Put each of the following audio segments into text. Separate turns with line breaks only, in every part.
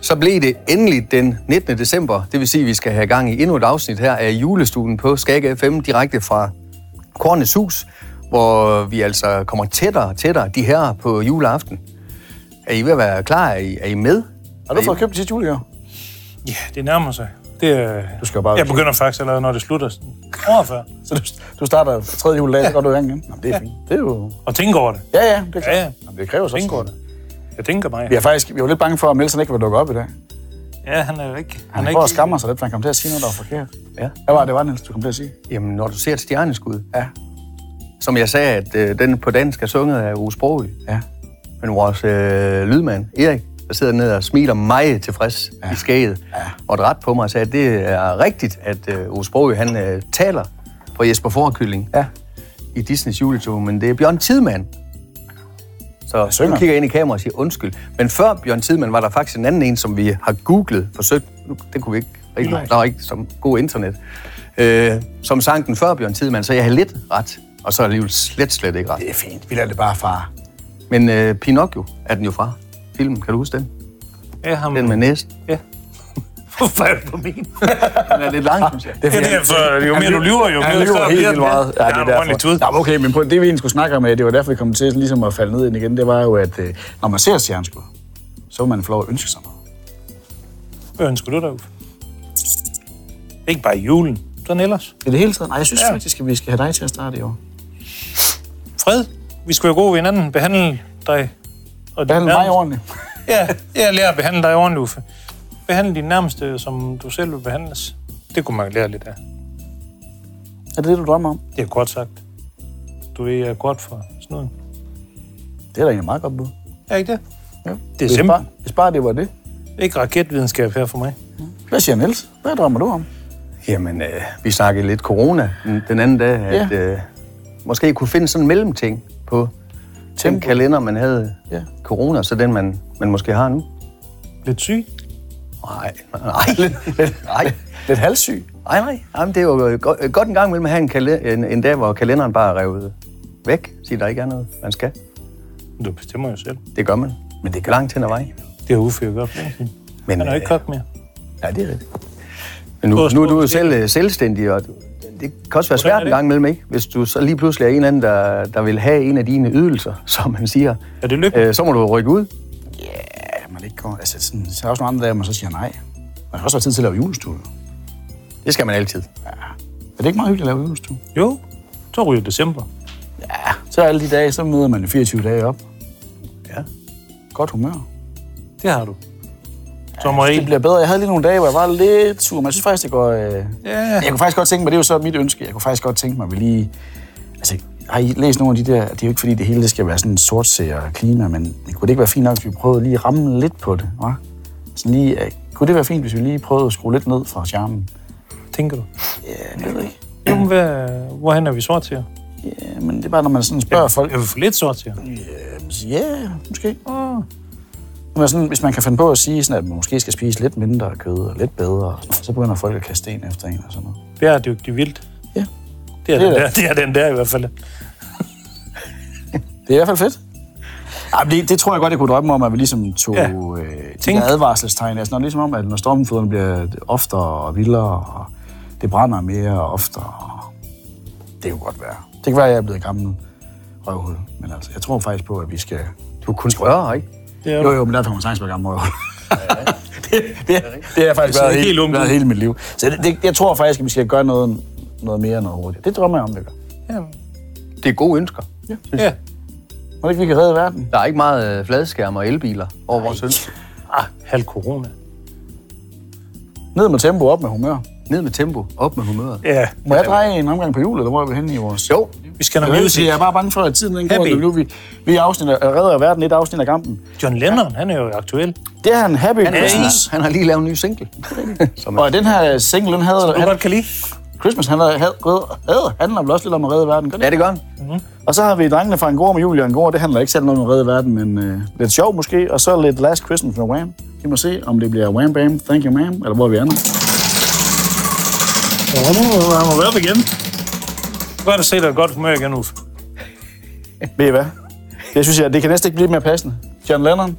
Så blev det endelig den 19. december, det vil sige, at vi skal have gang i endnu et afsnit her af julestuen på Skag FM, direkte fra Kornes Hus, hvor vi altså kommer tættere og tættere de her på juleaften. Er I ved at være klar? Er I, er I med?
Har du fået købt de sidste julegave?
Ja, det nærmer sig. Det, øh,
Du skal jo bare-
jeg begynder faktisk allerede, når det slutter. sådan Året før.
Så du, du starter tredje juledag, så går du i gang igen. Jamen, det er fint. Det er jo...
Og tænker over det.
Ja, ja, det er klart.
Ja, ja.
Jamen, det kræver så
Tænker over
også.
det. Jeg tænker mig.
Vi er faktisk vi er jo lidt bange for, at Nielsen ikke vil dukke op i dag.
Ja, han er jo ikke...
Han,
er
han
ikke
prøver at skamme sig lidt, for han kom til at sige noget, der var forkert.
Ja.
Hvad var det, var, Niels, du kom til at sige?
Jamen, når du ser et stjerneskud,
Ja,
som jeg sagde, at øh, den på dansk er sunget af Ove Sprogøe,
ja.
men vores øh, lydmand, Erik, der sidder nede og smiler meget tilfreds ja. i skæget, ja. og et ret på mig og sagde, at det er rigtigt, at øh, Ove Sprogøe, han øh, taler for Jesper Forkylling
Ja.
i Disneys juletog, men det er Bjørn Tidemand. Så
synger.
nu kigger jeg ind i kameraet og siger undskyld. Men før Bjørn Tidemand var der faktisk en anden en, som vi har googlet, forsøgt. Nu- Det kunne vi ikke rigtig. Der var ikke så god internet. Øh, som sang den før Bjørn Tidemand, så jeg havde lidt ret. Og så alligevel slet, slet ikke ret.
Det er fint. Vi lader det bare fare.
Men øh, Pinocchio er den jo fra. Filmen, kan du huske den?
Ja, ham.
Den med næsten.
Ja. Hvorfor er du på min?
Den er lidt lang, synes jeg.
Ja, det er altså, jo mere du lyver, jo
Han
mere
lyver helt vildt meget.
Ja, det er derfor.
Nå, men okay, men prøv, det vi egentlig skulle snakke om, øh, det var derfor, vi kom til ligesom at falde ned ind igen, det var jo, at øh, når man ser stjerneskud, så vil man få lov at ønske sig noget.
Hvad ønsker du dig, Uffe? Ikke bare i julen, sådan ellers.
I det hele taget? Nej, jeg synes
Ja.
faktisk, at vi skal have dig til at starte i år.
Fred, vi skal være gode ved hinanden. Behandle dig. Og din
Behandle mig
nærmeste-
ordentligt.
Ja, jeg lærer at behandle dig ordentligt, Uffe. Behandle din nærmeste, som du selv vil behandles. Det kunne man lære lidt af.
Er det det, du drømmer om?
Det er godt sagt. Du er godt for snuden.
Det er da egentlig meget godt bud.
Er ikke det?
Ja.
Det er
Hvis
simpelthen
bare, hvis bare det var det.
ikke raketvidenskab her for mig.
Hvad siger Niels? Hvad drømmer du om?
Jamen, øh, vi snakkede lidt corona den, den anden dag, at
Ja.
øh, måske kunne finde sådan en mellemting på den
Tempo.
kalender, man havde
Ja.
corona, så den, man, man måske har nu.
Lidt syg.
Nej, nej, nej.
Lidt halssyg.
Nej, nej. Jamen, det er jo godt, øh, godt en gang imellem at have en, kalender, en, en dag, hvor kalenderen bare er revet væk. Sig, der ikke er noget, man skal.
Du bestemmer jo selv.
Det gør man. Men det gør langt hen ad vej.
Det er Uffe jo godt. for længe siden.
Men,
Han er jo
øh,
ikke kok mere.
Ja, det er rigtigt. Men nu,
Gå og
nu er
spå
du jo
måske.
selv øh, selvstændig, og det kan også være
Hvordan er
svært en
det?
gang imellem, ikke? Hvis du så lige pludselig er en eller anden, der, der vil have en af dine ydelser, som man siger,
Er det lykken?
øh, så må du rykke ud.
Ja, man ikke går. Altså, sådan, så er der også nogle andre dage, hvor man så siger nej. Man har også været tid til at lave julestue. jo.
Det skal man altid.
Er det ikke meget hyggeligt at lave julestue?
Jo, så ryger december.
Ja. Så alle de dage, så møder man i 24 dage op.
Ja.
Godt humør.
Det har du. Som
Det
regel.
bliver bedre. Jeg havde lige nogle dage, hvor jeg var lidt sur, men jeg synes faktisk, det går... Øh...
Ja.
Jeg kunne faktisk godt tænke mig, det er jo så mit ønske, jeg kunne faktisk godt tænke mig, at vi lige... Altså, har I læst nogle af de der... Det er jo ikke fordi, det hele det skal være sådan en sort og klima, men det kunne det ikke være fint nok, hvis vi prøvede lige at ramme lidt på det, hva? Sådan lige, øh... kunne det være fint, hvis vi lige prøvede at skrue lidt ned fra charmen?
Tænker du?
Ja, det ved jeg ikke.
Jo, men hvad, hvorhen er vi sort til?
Ja, men det er bare, når man sådan spørger folk, øh,
Er vi for lidt sort til?
Mm. ja, måske. Men sådan, hvis man kan finde på at sige, sådan, at man måske skal spise lidt mindre kød og lidt bedre, og sådan noget, så begynder folk at kaste sten efter en og sådan noget.
Bæredygtig vildt.
Ja,
Det er,
Det er
den
det.
der, det er den der i hvert fald.
det er i hvert fald fedt. Ej, men det, det, tror jeg godt, jeg kunne drømme om, at vi ligesom tog ja.
Ja.
øh, de
Tænk.
der advarselstegn. Altså, når, ligesom om, at når stormfloderne bliver oftere og vildere, og det brænder mere og oftere, og det kunne godt være. Det kan være, at jeg er blevet gammel røvhul, men altså, jeg tror faktisk på, at vi skal
Du er kunstnør, ikke?
Det er
Jo,
du.
jo, men derfor kan man sagtens være gammel røvhul. det, det, det har faktisk
Så
været,
helt
helt,
ung.
helt været hele mit liv. Så det, det, jeg tror faktisk, at vi skal gøre noget, noget mere noget hurtigt. Det drømmer jeg om, det gør.
Ja.
Det er gode ønsker.
ja.
Må ikke vi kan redde verden?
Der er ikke meget øh, fladskærm og elbiler over vores ønsker.
Ah, halv corona.
Ned med tempo, op med humør.
Ned med tempo, op med humøret.
Ja.
Må jeg dreje en omgang på hjulet, eller hvor er vi henne i vores...
Jo,
Vi skal have
Jeg,
noget
ved, ikke,
music.
jeg er bare bange for, at tiden den går,
Happy.
og nu er vi, vi afsnitter, redder verden et afsnit af kampen.
John Lennon, han er jo aktuel.
Det er en happy
han, er
Christmas.
lige, han har lige lavet en ny single. Som er,
Og den her single, den havde,
Du
han,
godt kan lide.
Christmas handler, havde, havde, handler vel også lidt om at redde verden. Gør det?
ja, det gør han.
Og så har vi drengene fra Angora med Julie og Angora. Det handler ikke selv om at redde verden, men øh, lidt sjov måske. Og så lidt Last Christmas med Wham. Vi må se, om det bliver Wham Bam, Thank You Ma'am, eller hvor vi ender.
Ja, nu er han været igen. Godt at se dig i godt humør igen, Uffe.
Ved I hvad? Det synes jeg, det kan næsten ikke blive mere passende. John Lennon.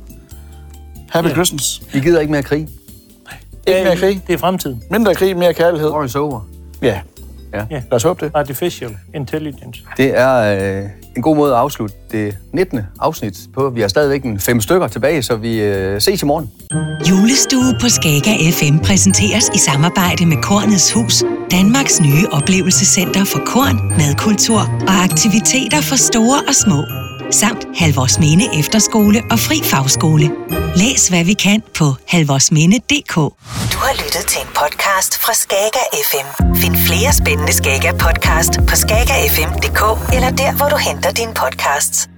Happy
Ja.
Christmas.
I gider ikke mere krig.
Ikke mere krig.
Det er fremtiden.
Mindre krig, mere kærlighed.
War is over.
Ja.
Ja.
Lad os håbe det.
Artificial intelligence.
Det er øh, en god måde at afslutte det 19. afsnit på. Vi har stadigvæk en fem stykker tilbage, så vi øh, ses i morgen.
Julestue på Skaga FM præsenteres i samarbejde med Kornets Hus, Danmarks nye oplevelsescenter for korn, madkultur og aktiviteter for store og små. Samt Halvorsminde Efterskole og Fri Fagskole. Læs hvad vi kan på halvorsminde.dk.
Du har lyttet til en podcast fra Skager FM. Find flere spændende Skager podcast på skagerfm.dk eller der, hvor du henter dine podcasts.